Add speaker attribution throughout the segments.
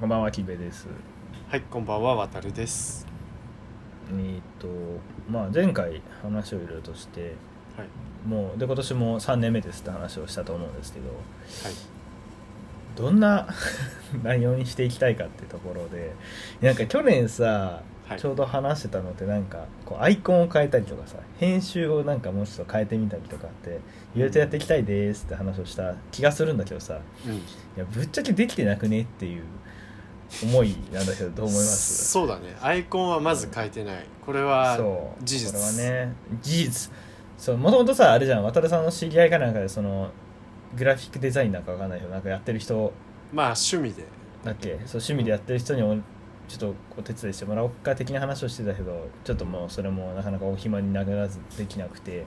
Speaker 1: こんばんは、キベです。
Speaker 2: はい、こんばんは、わたるです。
Speaker 1: えーっと、まあ、前回話をいろいろとして、
Speaker 2: はい、
Speaker 1: もう、で、今年も3年目ですって話をしたと思うんですけど、
Speaker 2: はい、
Speaker 1: どんな 内容にしていきたいかっていうところで、なんか去年さ、
Speaker 2: はい
Speaker 1: ちょうど話してたのってなんかこうアイコンを変えたりとかさ編集をなんかもうちょっと変えてみたりとかっていろいろとやっていきたいですって話をした気がするんだけどさ
Speaker 2: うん、
Speaker 1: いやぶっちゃけできてなくねっていう思いなんだけどどう思います
Speaker 2: そうだね、アイコンはまず変えてない。これは、
Speaker 1: そう
Speaker 2: 事実
Speaker 1: これはね事実そうもともとさあれじゃん渡るさんの知り合いかなんかでそのグラフィックデザインなんかわかんないけどなんかやってる人
Speaker 2: まあ趣味で、
Speaker 1: だっけそう趣味でやってる人におちょっとお手伝いしてもらおうか的な話をしてたけどちょっともうそれもなかなかお暇にならずできなくて
Speaker 2: う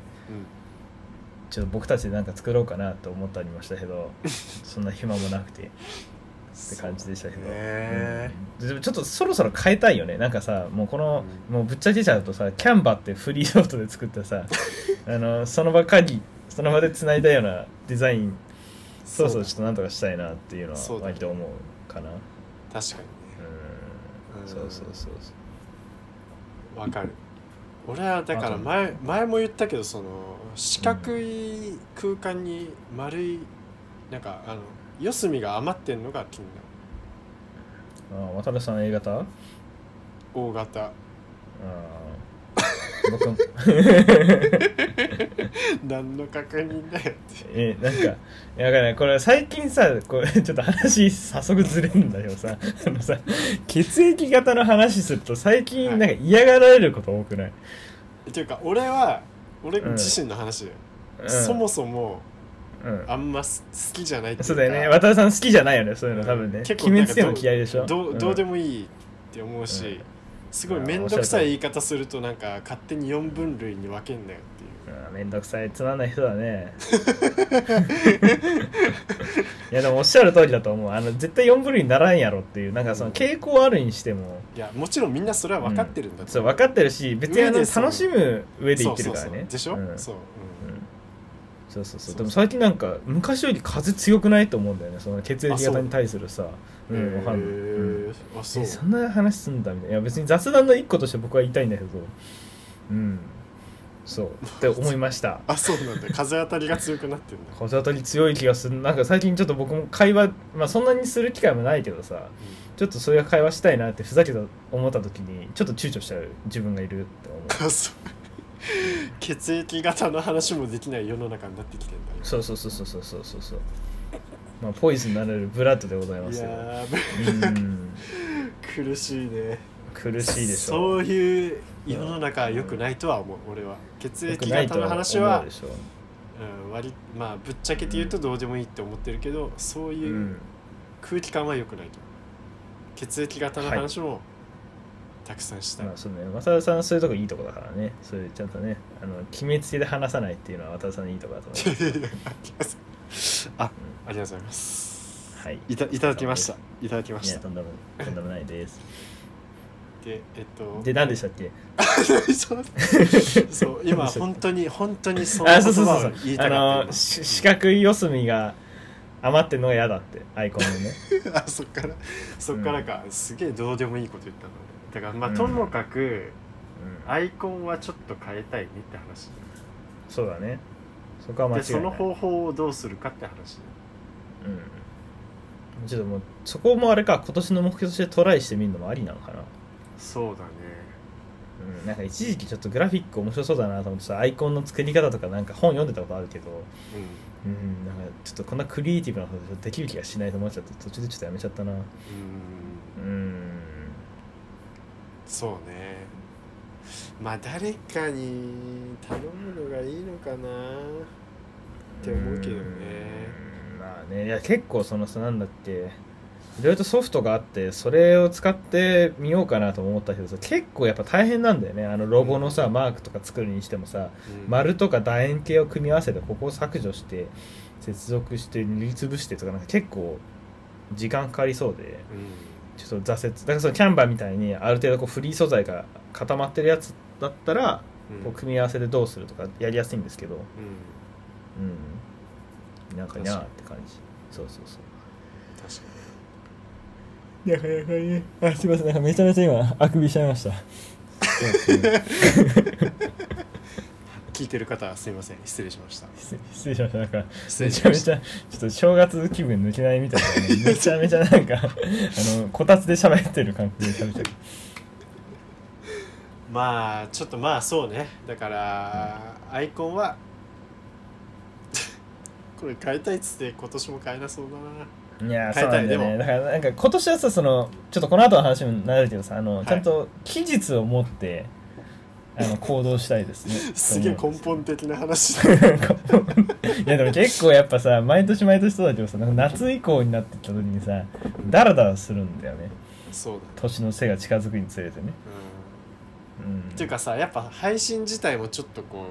Speaker 1: ちょっと僕たちでなんか作ろうかなと思ってありましたけ どちょっとそんな暇もなくて
Speaker 2: ん、
Speaker 1: って感じでしたけど、
Speaker 2: そうね
Speaker 1: うんでもちょっとそろそろ変えたいよねなんかさもうこの、
Speaker 2: う
Speaker 1: もうぶっちゃけちゃうとさキャンバってフリーソフトで作った さあのその場鍵その場で繋いだようなデザインそうそうちょっとなんとかしたいなっていうのは
Speaker 2: そうだね
Speaker 1: 割と思うかなう
Speaker 2: 確かにね
Speaker 1: ん
Speaker 2: うん
Speaker 1: そうそうそうそう
Speaker 2: わかる俺はだから前前も言ったけどその四角い空間に丸いなんかあの四隅が余ってんのが気になる
Speaker 1: あ渡辺さん A 型あ
Speaker 2: 大型
Speaker 1: ー僕も
Speaker 2: 何の確認だよって
Speaker 1: えなんかいやだからこれ最近さこれ ちょっと話早速ずれるんだけどさ あのさ血液型の話すると最近なんか嫌がられること多くない、
Speaker 2: っていうか俺は俺
Speaker 1: うん
Speaker 2: 自身の話だよ、
Speaker 1: うん、
Speaker 2: そもそも
Speaker 1: うん
Speaker 2: あんま好きじゃないってい
Speaker 1: そうだよね渡辺さん好きじゃないよねそういうの多分ね
Speaker 2: 結
Speaker 1: 決
Speaker 2: 構な
Speaker 1: め
Speaker 2: んか
Speaker 1: つけも嫌いでしょ
Speaker 2: どうどうで
Speaker 1: も、
Speaker 2: もいいって思うし、
Speaker 1: うん
Speaker 2: すごい面倒くさい言い方するとなんか勝手に4分類に分けんなよっていう
Speaker 1: うんうん、めんどくさいつまんない人だ ねいやでもおっしゃる通りだと思うあの絶対4分類にならんやろっていうなんかその傾向はあるにしても、
Speaker 2: いやもちろんみんなそれは分かってるんだ
Speaker 1: そう
Speaker 2: 分
Speaker 1: 分かってるし別にあの
Speaker 2: 上でそう
Speaker 1: 楽しむ上で言ってるからね
Speaker 2: でしょ、
Speaker 1: うん
Speaker 2: そう、
Speaker 1: うんそうそう
Speaker 2: そ
Speaker 1: そううでも最近なんか昔より風強くないと思うんだよねその血液型に対するさう
Speaker 2: うん
Speaker 1: んわかんない、うん
Speaker 2: へーあそう
Speaker 1: えそんな話すんだみたいないや別に雑談の一個として僕は言いたいんだけどうんそうって思いました
Speaker 2: あそうなんだ風当たりが強くなってるんだ、
Speaker 1: 風当たり強い気がするなんか最近ちょっと僕も会話、まあ、そんなにする機会もないけどさちょっとそういう会話したいなってふざけた思った時にちょっと躊躇しちゃう自分がいるって思う
Speaker 2: うんあそう血液型の話もできない世の中になってきてんだ
Speaker 1: そうそうそうそうそうそうそうそうまあポイズンなれるブラッドでございま
Speaker 2: い
Speaker 1: すよ
Speaker 2: や
Speaker 1: うん
Speaker 2: ー苦しいね
Speaker 1: 苦しいでしょ
Speaker 2: そういう世の中は良くないとは思う、俺は血
Speaker 1: 良く
Speaker 2: 液
Speaker 1: ないと
Speaker 2: 型
Speaker 1: 思う
Speaker 2: の話は
Speaker 1: でしょ
Speaker 2: うん、割りまあぶっちゃけて言うとどうでもいいって思ってるけど、そう
Speaker 1: う
Speaker 2: いうん空気感は良くないと思う血液型の話もたくさんしたい、
Speaker 1: まあそうね渡辺さんはそういうとこいいとこだからねそういうちゃんとねあの決めつけで話さないっていうのは渡辺さんのいいとこだと思います
Speaker 2: あありがとうございます、
Speaker 1: はい
Speaker 2: いたいただきましたいただきま
Speaker 1: い
Speaker 2: し
Speaker 1: や
Speaker 2: た
Speaker 1: とんでもとんでもない です
Speaker 2: でえっと
Speaker 1: で何でしたっけ
Speaker 2: そうそう今本当に本当にその
Speaker 1: あ
Speaker 2: 言
Speaker 1: そうそうそ
Speaker 2: 葉
Speaker 1: う
Speaker 2: を言い
Speaker 1: あ
Speaker 2: たかった
Speaker 1: のし四角い四隅が余ってんのが嫌だってアイコンの ね
Speaker 2: あそっからそっからか、すげえどうでもいいこと言ったのだからまあ、ともかく
Speaker 1: うん
Speaker 2: アイコンはちょっと変えたいねって話
Speaker 1: そうだねそこは間違い
Speaker 2: で
Speaker 1: ない
Speaker 2: その方法をどうするかって話
Speaker 1: うんちょっともうそこもあれか今年の目標としてトライしてみるのもありなのかな
Speaker 2: そうだね
Speaker 1: うん、なんか一時期ちょっとグラフィック面白そうだなと思ってさアイコンの作り方とかなんか本読んでたことあるけどうんなんかちょっとこんなクリエイティブなことできる気がしないと思っちゃって途中でちょっとやめちゃったなう
Speaker 2: うんうん
Speaker 1: ん
Speaker 2: そうねまあ誰かに頼むのがいいのかなって思うけどね
Speaker 1: うんまあねいや結構そのさなんだっけいろいろとソフトがあってそれを使ってみようかなと思ったけどさ結構やっぱ大変なんだよねあのロゴのさマークとか作るにしてもさ
Speaker 2: うん
Speaker 1: 丸とか楕円形を組み合わせてここを削除して接続して塗りつぶしてとかなんか結構時間かかりそうで
Speaker 2: うん
Speaker 1: ちょっと挫折だからそのキャンバーみたいにある程度こうフリー素材が固まってるやつだったら
Speaker 2: うん
Speaker 1: こう組み合わせでどうするとかやりやすいんですけど
Speaker 2: うん
Speaker 1: うんなんかにゃーって感じそうそうそう
Speaker 2: 確か
Speaker 1: やかやかにあすいませんなんかめちゃめちゃ今あくびしちゃいま した
Speaker 2: 聞いてる方すいません失礼しました
Speaker 1: 失失礼しましたなんか
Speaker 2: 失
Speaker 1: め
Speaker 2: 礼し
Speaker 1: ちゃ
Speaker 2: ま
Speaker 1: め
Speaker 2: し
Speaker 1: ち
Speaker 2: た
Speaker 1: ゃちょっと正月気分抜けないみたいな、 ね、めちゃめちゃなんかあのこたつで喋ってる感じで喋ってる
Speaker 2: まあちょっとまあそうねだから、アイコンは これ変えたいっつって今年も変えなそうだない
Speaker 1: やー
Speaker 2: 変
Speaker 1: そ
Speaker 2: え
Speaker 1: う
Speaker 2: た
Speaker 1: ないんだよ
Speaker 2: でも
Speaker 1: ねだからなんか今年はさそのちょっとこの後の話になるけどさあの、
Speaker 2: い
Speaker 1: ちゃんと期日を持ってあの行動したいですね
Speaker 2: すげえ
Speaker 1: その
Speaker 2: 根本的な話だ
Speaker 1: いやでも結構やっぱさ毎年毎年そうだけどさなんか夏以降になってきた時にさダラダラするんだよね
Speaker 2: そうだね、
Speaker 1: 年の瀬が近づくにつれてね、うん、
Speaker 2: うん、っていうかさやっぱ配信自体もちょっとこ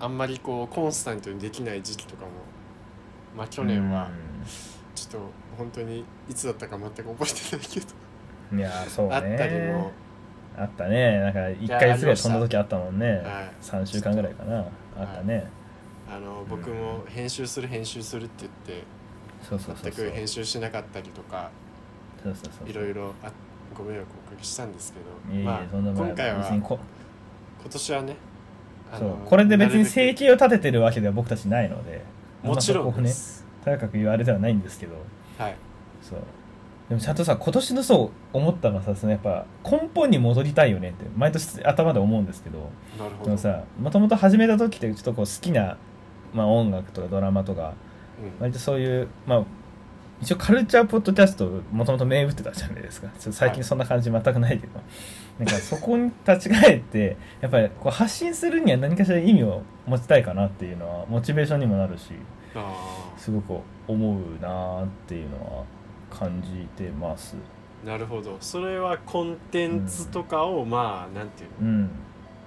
Speaker 2: うあんまりこうコンスタントにできない時期とかもまあ去年はちょっと本当にいつだったか全く覚えてないけど、
Speaker 1: うんいやーそうね
Speaker 2: あったりも
Speaker 1: あったねなんか1
Speaker 2: や
Speaker 1: ヶ月ぐらい飛んだ時あったもんね
Speaker 2: はい
Speaker 1: 3週間ぐらいかなあったね、
Speaker 2: あの僕も編集する編集するって言って
Speaker 1: そうそうそう
Speaker 2: 全
Speaker 1: そう
Speaker 2: く編集しなかったりとか
Speaker 1: そうそうそう
Speaker 2: いろいろあご迷惑をおかけしたんですけど、
Speaker 1: いえいえ
Speaker 2: まあ、
Speaker 1: そんなもん
Speaker 2: 今回は
Speaker 1: 別に
Speaker 2: 今
Speaker 1: こ
Speaker 2: 年はねあ
Speaker 1: そう
Speaker 2: の
Speaker 1: これで別に
Speaker 2: なる
Speaker 1: 生
Speaker 2: べ
Speaker 1: 計を立ててるわけでは僕たちないので
Speaker 2: くもちろん
Speaker 1: あんまそこを
Speaker 2: で
Speaker 1: ね
Speaker 2: す、
Speaker 1: 高く言われてはないんですけど
Speaker 2: はい
Speaker 1: そうでもちゃんとさ今年のそう思ったのはさそのやっぱ根本に戻りたいよねって毎年頭で思うんですけど
Speaker 2: なるほ
Speaker 1: で
Speaker 2: ど
Speaker 1: もさもともと始めた時ってちょっとこう好きな、まあ、音楽とかドラマとか
Speaker 2: うん
Speaker 1: 割とそういうまあ一応カルチャーポッドキャストもともと銘打ってたじゃないですかちょっと最近そんな感じ全くないけど、なんかそこに立ち返ってやっぱりこう発信するには何かしら意味を持ちたいかなっていうのはモチベーションにもなるし
Speaker 2: あ
Speaker 1: すごく思うなーっていうのは感じてます
Speaker 2: ーなるほどそれはコンテンツとかを、まあなんていう
Speaker 1: うん
Speaker 2: の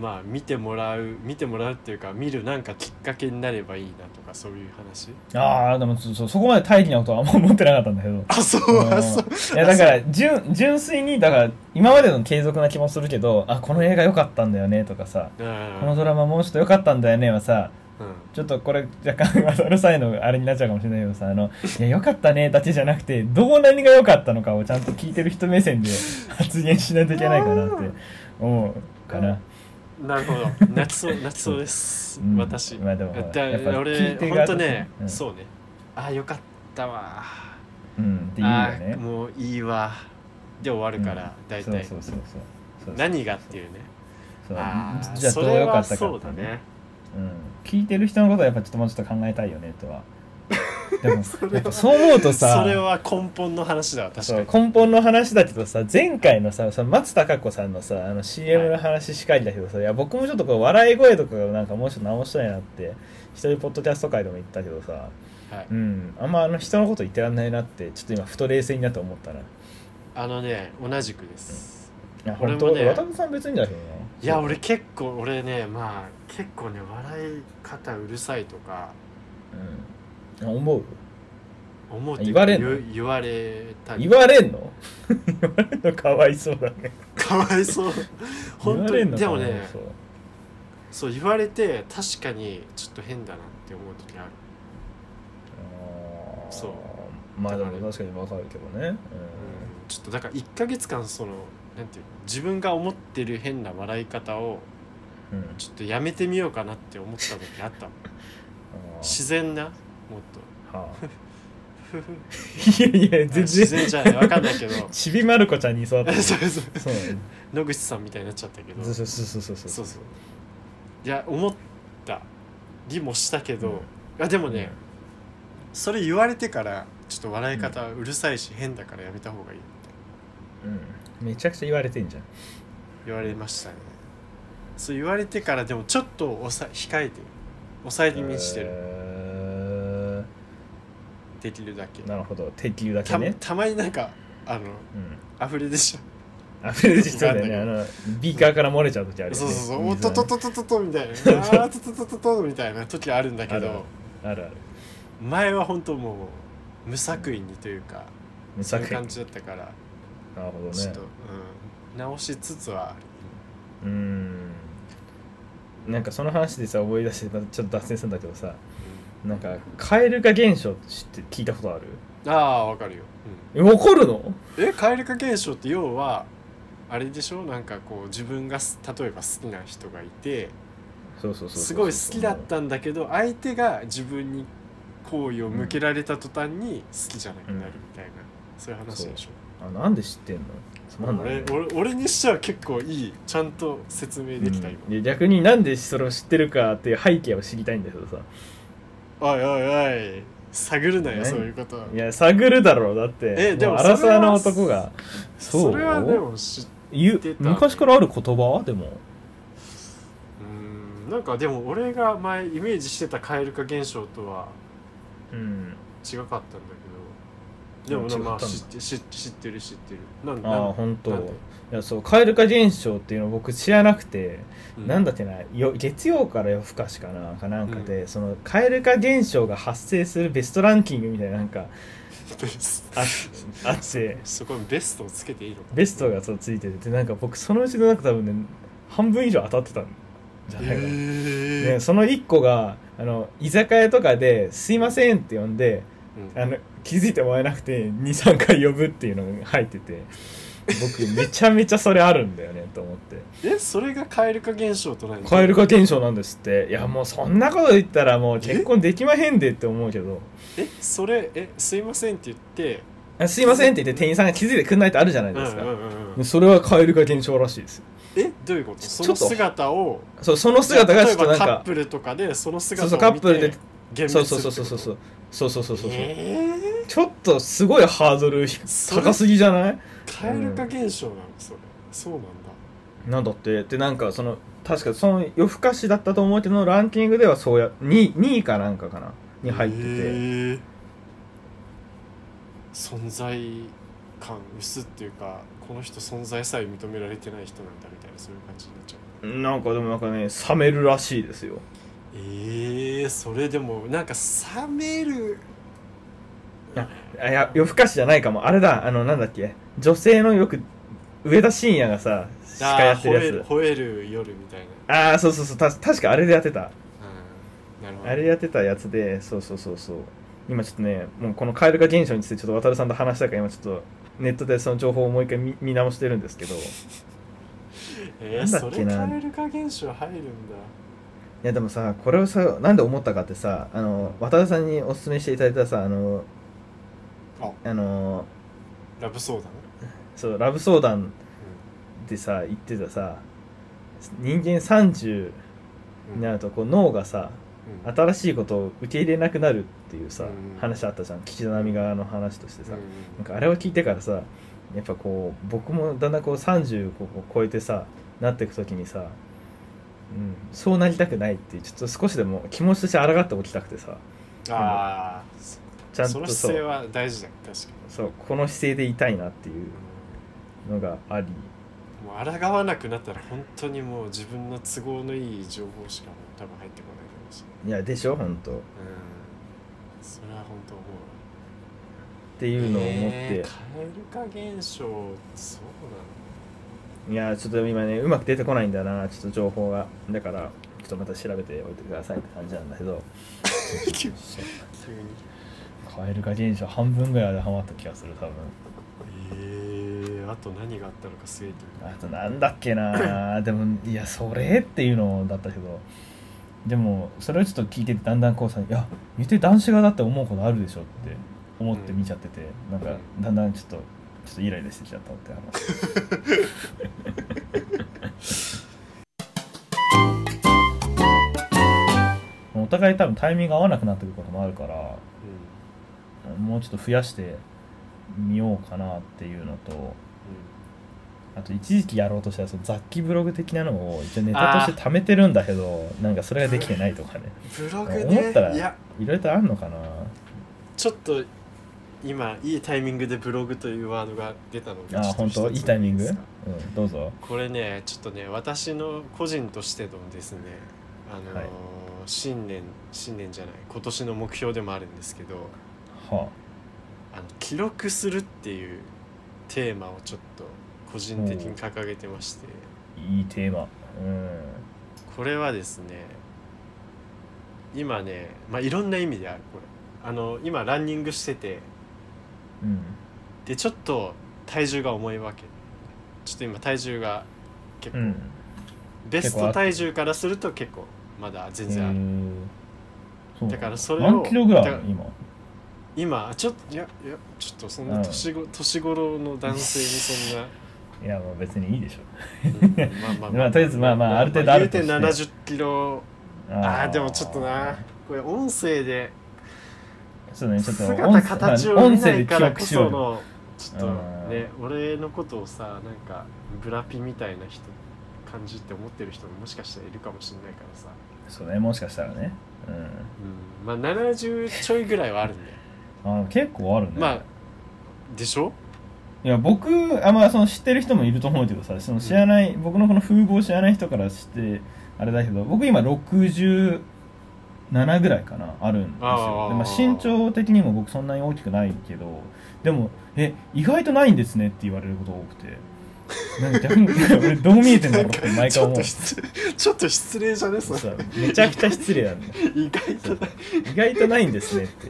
Speaker 2: まあ見てもらう見てもらうっていうか見るなんかきっかけになればいいなとかそういう話
Speaker 1: ああでもそそそこまで大義なことはあんま思ってなかったんだけど
Speaker 2: あそう
Speaker 1: うん
Speaker 2: あそう
Speaker 1: いやだから純純粋にだから今までの継続な気もするけどあこの映画良かったんだよねとかさ
Speaker 2: うん
Speaker 1: このドラマもうちょっと良かったんだよねはさ
Speaker 2: うん
Speaker 1: ちょっとこれ若干うるさいのあれになっちゃうかもしれないけどさあ の「いや良かったね」だけじゃなくてどう何が良かったのかをちゃんと聞いてる人目線で 発言しないといけないかなって思うかな。
Speaker 2: なるほ ど。泣きそう、泣きそうです。
Speaker 1: うん
Speaker 2: 私。
Speaker 1: まあでも
Speaker 2: だ
Speaker 1: やっぱ聞
Speaker 2: 俺
Speaker 1: い、て
Speaker 2: 本
Speaker 1: が
Speaker 2: 当ね、
Speaker 1: うん
Speaker 2: そうね。あ、よかったわ。
Speaker 1: うんっていいよ
Speaker 2: あ
Speaker 1: ね。
Speaker 2: もういいわ。で終わるから、大
Speaker 1: そう
Speaker 2: 体。
Speaker 1: そうそうそうそう
Speaker 2: 何がっていうね。
Speaker 1: そう
Speaker 2: あー
Speaker 1: じゃあ
Speaker 2: そ
Speaker 1: どう
Speaker 2: れ
Speaker 1: 良か
Speaker 2: は
Speaker 1: ったか
Speaker 2: そ
Speaker 1: っ
Speaker 2: う
Speaker 1: て
Speaker 2: だね。
Speaker 1: うん、聞いてる人のことはやっぱちょっともうちょっと考えたいよね とはでも
Speaker 2: それは
Speaker 1: やっぱそう思うとさ
Speaker 2: それは根本の話だわ、確
Speaker 1: そ
Speaker 2: か
Speaker 1: う
Speaker 2: に。
Speaker 1: 根本の話だけどさ前回のさその松たか子さんのさあの CM の話しかりだけどさ、い、や僕もちょっとこう笑い声とかをなんかもうちょっと直したいなって一人ポッドキャスト界でも言ったけどさ
Speaker 2: はい
Speaker 1: うんあんまあの人のこと言ってらんないなってちょっと今ふと冷静になって思ったな
Speaker 2: あのね、同じくです。
Speaker 1: いや
Speaker 2: 俺
Speaker 1: 本
Speaker 2: も
Speaker 1: 当、
Speaker 2: ね
Speaker 1: 渡辺さん別にだけどない
Speaker 2: や、俺結構、俺ね、まあ、結構ね、笑い方うるさいとか、
Speaker 1: うん思う
Speaker 2: 思うってい
Speaker 1: 言
Speaker 2: う
Speaker 1: わ
Speaker 2: か
Speaker 1: れんの
Speaker 2: 言言われたり
Speaker 1: 言われんの 言われんのかわいそうだね
Speaker 2: かわいそう。本
Speaker 1: 言わ
Speaker 2: 当
Speaker 1: れん
Speaker 2: に。
Speaker 1: の
Speaker 2: で
Speaker 1: か
Speaker 2: も
Speaker 1: わい
Speaker 2: ね、
Speaker 1: そう
Speaker 2: そう言われて確かにちょっと変だなって思う時ある、
Speaker 1: あー
Speaker 2: そう
Speaker 1: まあでも確かにわかるけどね、
Speaker 2: ちょっとだから1ヶ月間そのなんていうの自分が思ってる変な笑い方を
Speaker 1: うんうん、
Speaker 2: ちょっとやめてみようかなって思った時あったの
Speaker 1: あー
Speaker 2: 自然なもっと
Speaker 1: はあ
Speaker 2: ふふ
Speaker 1: いやいや全
Speaker 2: 自然
Speaker 1: 然
Speaker 2: じゃないわかん ないけどそ
Speaker 1: ちびまる子ちゃんに教わった
Speaker 2: うそう
Speaker 1: そう
Speaker 2: 野口さんみたいになっちゃったけど
Speaker 1: そうそうそうそうそう
Speaker 2: そうそうういや思ったりもしたけど、いやでもね、それ言われてからちょっと笑い方うるさいし変だからやめた方がいいって
Speaker 1: うん、めちゃくちゃ言われてんじゃん
Speaker 2: 言われましたねそう言われてからでもちょっと抑え控えてる抑え気味にしてる
Speaker 1: え
Speaker 2: できるだけ
Speaker 1: ーなるほど適流だけ
Speaker 2: た
Speaker 1: ね
Speaker 2: たまになんかあの
Speaker 1: うん
Speaker 2: 溢れでし
Speaker 1: あフレジそうだよねあのビーカーから漏れちゃう時あ
Speaker 2: ょ
Speaker 1: るよ
Speaker 2: そ
Speaker 1: ね
Speaker 2: うそうそう「おっ
Speaker 1: 水
Speaker 2: と
Speaker 1: は
Speaker 2: っ
Speaker 1: ね
Speaker 2: とっとっとっとっと」みたいな「あーとっとっとっとっと」みたいな時あるんだけ
Speaker 1: あるあ
Speaker 2: ど
Speaker 1: あるある
Speaker 2: 前は本当もう無作為にというか
Speaker 1: 無
Speaker 2: そう
Speaker 1: 作
Speaker 2: い
Speaker 1: 為な
Speaker 2: う感
Speaker 1: る
Speaker 2: じだったから
Speaker 1: ほど
Speaker 2: ちょ
Speaker 1: ね
Speaker 2: っと、うん、直しつつはある
Speaker 1: うーんなんかその話でさ思い出してまたちょっと脱線するんだけどさなんか蛙化現象って知って聞いたことある
Speaker 2: ああわかるよ、
Speaker 1: えわかるの
Speaker 2: うん、え蛙化現象って要はあれでしょなんかこう自分がす例えば好きな人がいて
Speaker 1: そうそうそうそう
Speaker 2: すごい好きだったんだけど相手が自分に好意を向けられた途端に好きじゃなくなるみたいな、そういう話でしょ
Speaker 1: あなんで知ってんのつまんないね、
Speaker 2: 俺俺俺にしては結構いいちゃんと説明できた今、
Speaker 1: うんいや逆になんでそれを知ってるかっていう背景を知りたいんだけどさ
Speaker 2: おいおいおい探るなよ
Speaker 1: 何
Speaker 2: そういうこと
Speaker 1: いや探るだろうだって
Speaker 2: えでも
Speaker 1: うアラサーの
Speaker 2: それは
Speaker 1: 男がそう
Speaker 2: れはでもしう
Speaker 1: 言
Speaker 2: 出
Speaker 1: う
Speaker 2: た
Speaker 1: 昔からある言葉でも
Speaker 2: ーんなんかでも俺が前イメージしてた蛙化現象とは
Speaker 1: うん
Speaker 2: 違かったんだけどでもな
Speaker 1: うん
Speaker 2: まあ
Speaker 1: 違ったんだ
Speaker 2: 知って知知ってる知ってるなんなん
Speaker 1: ああ本当
Speaker 2: なんで
Speaker 1: いやそう蛙化現象っていうの僕知らなくて、
Speaker 2: う
Speaker 1: なん だっけなよ月曜から夜更かしかなかなんかで、その蛙化現象が発生するベストランキングみたいななんか
Speaker 2: ベス
Speaker 1: ああって
Speaker 2: そこにベストをつけていいのか
Speaker 1: ベストがそうついててでなんか僕そのうちのなんか多分ね半分以上当たってたんじゃないかな、
Speaker 2: え
Speaker 1: でその1個があの居酒屋とかで「すいません」って呼んで
Speaker 2: うん
Speaker 1: あの気づいてもらえなくて23回呼ぶっていうのが入ってて僕めちゃめちゃそれあるんだよねと思って。
Speaker 2: えそれが蛙化現象と何
Speaker 1: 蛙化現象なんですっていやもうそんなこと言ったらもう結婚できまへんでって思うけど
Speaker 2: えそれえすいませんって言って
Speaker 1: あすいませんって言って店員さんが気づいてくんないってあるじゃな
Speaker 2: う
Speaker 1: い
Speaker 2: んう
Speaker 1: です
Speaker 2: ん
Speaker 1: か、
Speaker 2: うんう
Speaker 1: で
Speaker 2: ん
Speaker 1: それは蛙化現象らしいです
Speaker 2: えどういうこと
Speaker 1: ち
Speaker 2: その
Speaker 1: ちょっと
Speaker 2: 姿を
Speaker 1: そうその姿がちょっと
Speaker 2: 例
Speaker 1: な
Speaker 2: えば
Speaker 1: ん
Speaker 2: カッ
Speaker 1: か
Speaker 2: プルとかでその姿
Speaker 1: そ
Speaker 2: を
Speaker 1: う
Speaker 2: 見
Speaker 1: そうカ
Speaker 2: て
Speaker 1: ップルで
Speaker 2: 幻
Speaker 1: そう
Speaker 2: 滅
Speaker 1: そうそうそうそうそうそうそうそうそう
Speaker 2: え
Speaker 1: ちょっとすごいハードル低
Speaker 2: それ
Speaker 1: 高すぎじゃない
Speaker 2: ー、蛙化現象なのそれそうなんだ
Speaker 1: なんだってでなんかその確かその夜更かしだったと思うけどランキングではそうや 2, 2位かなんかかなに入ってて、
Speaker 2: えー存在感薄っていうかこの人存在さえ認められてない人なんだみたいなそういう感じになっちゃう
Speaker 1: なんかでもなんかね冷めるらしいですよ
Speaker 2: えー、それでもなんか冷める
Speaker 1: あいや夜更かしじゃないかもあれだあのなんだっけ女性のよく上田晋也がさ司
Speaker 2: あ
Speaker 1: 会や
Speaker 2: ー
Speaker 1: ってるやつ
Speaker 2: 吠える吠える夜みたいな、
Speaker 1: ああそうそうそうた確かあれでやってた
Speaker 2: うん、なるほど
Speaker 1: あれやってたやつでそうそうそうそう今ちょっとねもうこの蛙化現象についてちょっと渡さんと話したから今ちょっとネットでその情報をもう一回見見直してるんですけどい
Speaker 2: えー、
Speaker 1: なん
Speaker 2: そ
Speaker 1: だっ
Speaker 2: れ
Speaker 1: けな
Speaker 2: 蛙化現象入るんだ
Speaker 1: やでもさこれをさなんで思ったかってさあの渡さんにおすすめしていただいたさあの
Speaker 2: あ
Speaker 1: あの
Speaker 2: ラブ相談
Speaker 1: そうラブ相談でさ言ってたさ人間30
Speaker 2: うん
Speaker 1: になるとこう脳がさ
Speaker 2: うん
Speaker 1: 新しいことを受け入れなくなるっていうさ、
Speaker 2: うん
Speaker 1: 話あったじゃん岸田波側の話としてさ、
Speaker 2: うん
Speaker 1: なんかあれを聞いてからさやっぱこう僕もだんだんこう30を超えてさなっていく時にさ、うん、そうなりたくないっていうちょっと少しでも気持ちとして抗っておきたくてさ
Speaker 2: ああ、そ
Speaker 1: ちゃん
Speaker 2: そ
Speaker 1: と
Speaker 2: の
Speaker 1: そ
Speaker 2: 姿勢
Speaker 1: う
Speaker 2: は大事だ確か
Speaker 1: そうこの姿勢でいたいなっていう
Speaker 2: に
Speaker 1: のがあり
Speaker 2: もう抗わなくなったら本当にもう自分の都合のいい情報しかもう多分入ってこないかもし
Speaker 1: いやでしょほんとっ
Speaker 2: れない、うん、それは本当思う
Speaker 1: ていうのを思って、
Speaker 2: 蛙化現象そう
Speaker 1: いやちょっと今ねうまく出てこないんだなちょっと情報がだからちょっとまた調べておいてくださいって感じなんだけ ど
Speaker 2: なの急に
Speaker 1: 蛙化現象半分ぐらいでハマった気がする多分
Speaker 2: えー、あと何があったのかすげえ気にな
Speaker 1: あ
Speaker 2: る
Speaker 1: となんだっけな でもいやそれっていうのだったけどでもそれをちょっと聞いててだんだんこうさいや言って男子側だって思うことあるでしょって思って見ちゃってて、なんかだんだんちょっとちょっとイライラしてきちゃったってあのもうお互い多分タイミング合わなくなってくることもあるから
Speaker 2: うん
Speaker 1: もうちょっと増やしてみようかなっていうのとあと一時期やろうとしたその雑記ブログ的なのを一応ネタとして貯めてるんだけどなんかそれができてないとかね
Speaker 2: うん、ブログ
Speaker 1: 思ったら
Speaker 2: ねいや
Speaker 1: いろいろとあんのかな
Speaker 2: ちょっと今いいタイミングでブログというワードが出たので
Speaker 1: あ
Speaker 2: ちょ
Speaker 1: ー
Speaker 2: っと
Speaker 1: 本当
Speaker 2: 一つ
Speaker 1: いいタイミング
Speaker 2: ですか
Speaker 1: うんどうぞ
Speaker 2: これねちょっとね私の個人としてのですねあのー
Speaker 1: はい
Speaker 2: 新年新年じゃない今年の目標でもあるんですけど
Speaker 1: は
Speaker 2: あの記録するっていうテーマをちょっと個人的に掲げてまして
Speaker 1: あいいテーマうん
Speaker 2: これはですね今ねまあいろんな意味であるこれあの今ランニングしてて
Speaker 1: うん
Speaker 2: でちょっと体重が重いわけちょっと今体重が結構、
Speaker 1: うん
Speaker 2: ベス
Speaker 1: 結構あ
Speaker 2: ト
Speaker 1: る
Speaker 2: 体重からすると結構まだ全然ある、
Speaker 1: そう
Speaker 2: だからそれを
Speaker 1: 何キロぐらいあ
Speaker 2: だ
Speaker 1: る
Speaker 2: から
Speaker 1: 今
Speaker 2: 今ちょっといやいやちょっとそんな年ご、年頃の男性にそんな、
Speaker 1: いやまあ別にいいでしょ
Speaker 2: うんまあま あ
Speaker 1: まあとりあえずまあまあある程度あると
Speaker 2: 言うて
Speaker 1: して
Speaker 2: 70キロああーでもちょっとなこれ音声で
Speaker 1: そうねちょっと
Speaker 2: 姿形を見ないからこそ
Speaker 1: よ
Speaker 2: のちょっとね俺のことをさなんかブラピみたいな人感じって思ってる人ももしかしたらいるかもしれないからさ、
Speaker 1: うそうねもしかしたらね
Speaker 2: うん、まあ70ちょいぐらいはあるんだよ
Speaker 1: うんあ結構あるね、
Speaker 2: まあでしょ
Speaker 1: いや僕あまあその知ってる人もいると思うけどさその知らない、僕のこの風貌を知らない人からしてあれだけど僕今67ぐらいかなあるんですよ
Speaker 2: あー
Speaker 1: で、まあ、身長的にも僕そんなに大きくないけどでも「え意外とないんですね」って言われることが多くてなんか逆に 俺どう見えてんだろうって毎
Speaker 2: ち
Speaker 1: 回
Speaker 2: ょっ
Speaker 1: 思
Speaker 2: と
Speaker 1: う
Speaker 2: 失礼ちょっと失礼じゃねそれ
Speaker 1: さめちゃくちゃ失礼なんだよ
Speaker 2: 意外とない
Speaker 1: 意外とないんですねって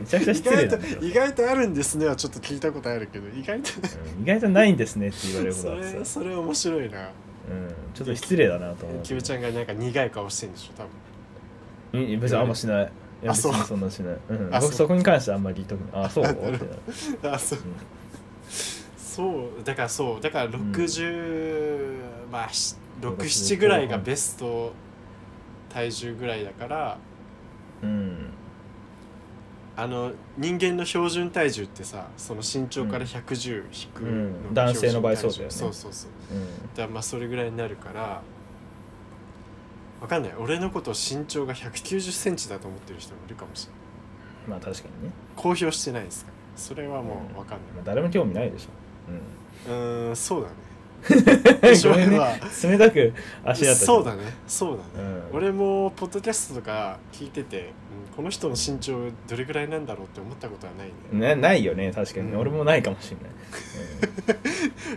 Speaker 1: めちゃくちゃ
Speaker 2: 意
Speaker 1: 失礼
Speaker 2: 外
Speaker 1: な
Speaker 2: と
Speaker 1: んだよ
Speaker 2: 意外とあるんですねはちょっと聞いたことあるけど意外と
Speaker 1: うん意外とないんですねって言われること
Speaker 2: そ
Speaker 1: があって
Speaker 2: れ
Speaker 1: さ、
Speaker 2: それ面白いな
Speaker 1: うん、ちょっと失礼だなと思う
Speaker 2: キムちゃんがなんか苦い顔してんでしょ多分
Speaker 1: うんいや別にあんましない。いや
Speaker 2: あ
Speaker 1: 別
Speaker 2: そう
Speaker 1: にそんなしない。うん、
Speaker 2: あ
Speaker 1: 僕
Speaker 2: そう
Speaker 1: そこに関してはあんまり特に。あ、そう
Speaker 2: な
Speaker 1: っ
Speaker 2: る
Speaker 1: て
Speaker 2: ほど
Speaker 1: なる。
Speaker 2: あそう
Speaker 1: うん
Speaker 2: そうだからそうだから
Speaker 1: ん
Speaker 2: 60、まあし
Speaker 1: そう
Speaker 2: 67
Speaker 1: だ
Speaker 2: ぐらいが
Speaker 1: そうだ
Speaker 2: ベスト体重ぐらいだから
Speaker 1: うん。
Speaker 2: あの人間の標準体重ってさその身長から110引くのが
Speaker 1: うん男
Speaker 2: 標準体重
Speaker 1: 性の場合そうだよね
Speaker 2: そうそうそう
Speaker 1: うん
Speaker 2: だからまあそれぐらいになるからわかんない俺のことを身長が1 9 0センチだと思ってる人もいるかもしれない
Speaker 1: まあ確かにね。
Speaker 2: 公表してないですからそれはもうわかん
Speaker 1: ま
Speaker 2: な
Speaker 1: あ
Speaker 2: い
Speaker 1: 誰も興味ないでしょ。うん。
Speaker 2: うーんそうだね
Speaker 1: ごめんね冷たく足だったけど
Speaker 2: そうだねそうだね、
Speaker 1: うん
Speaker 2: 俺もポッドキャストとか聞いてて、うんこの人の身長どれぐらいなんだろうって思ったことはないね、
Speaker 1: ね。ないよね、確かにね。
Speaker 2: うん
Speaker 1: 俺もないかもしれない。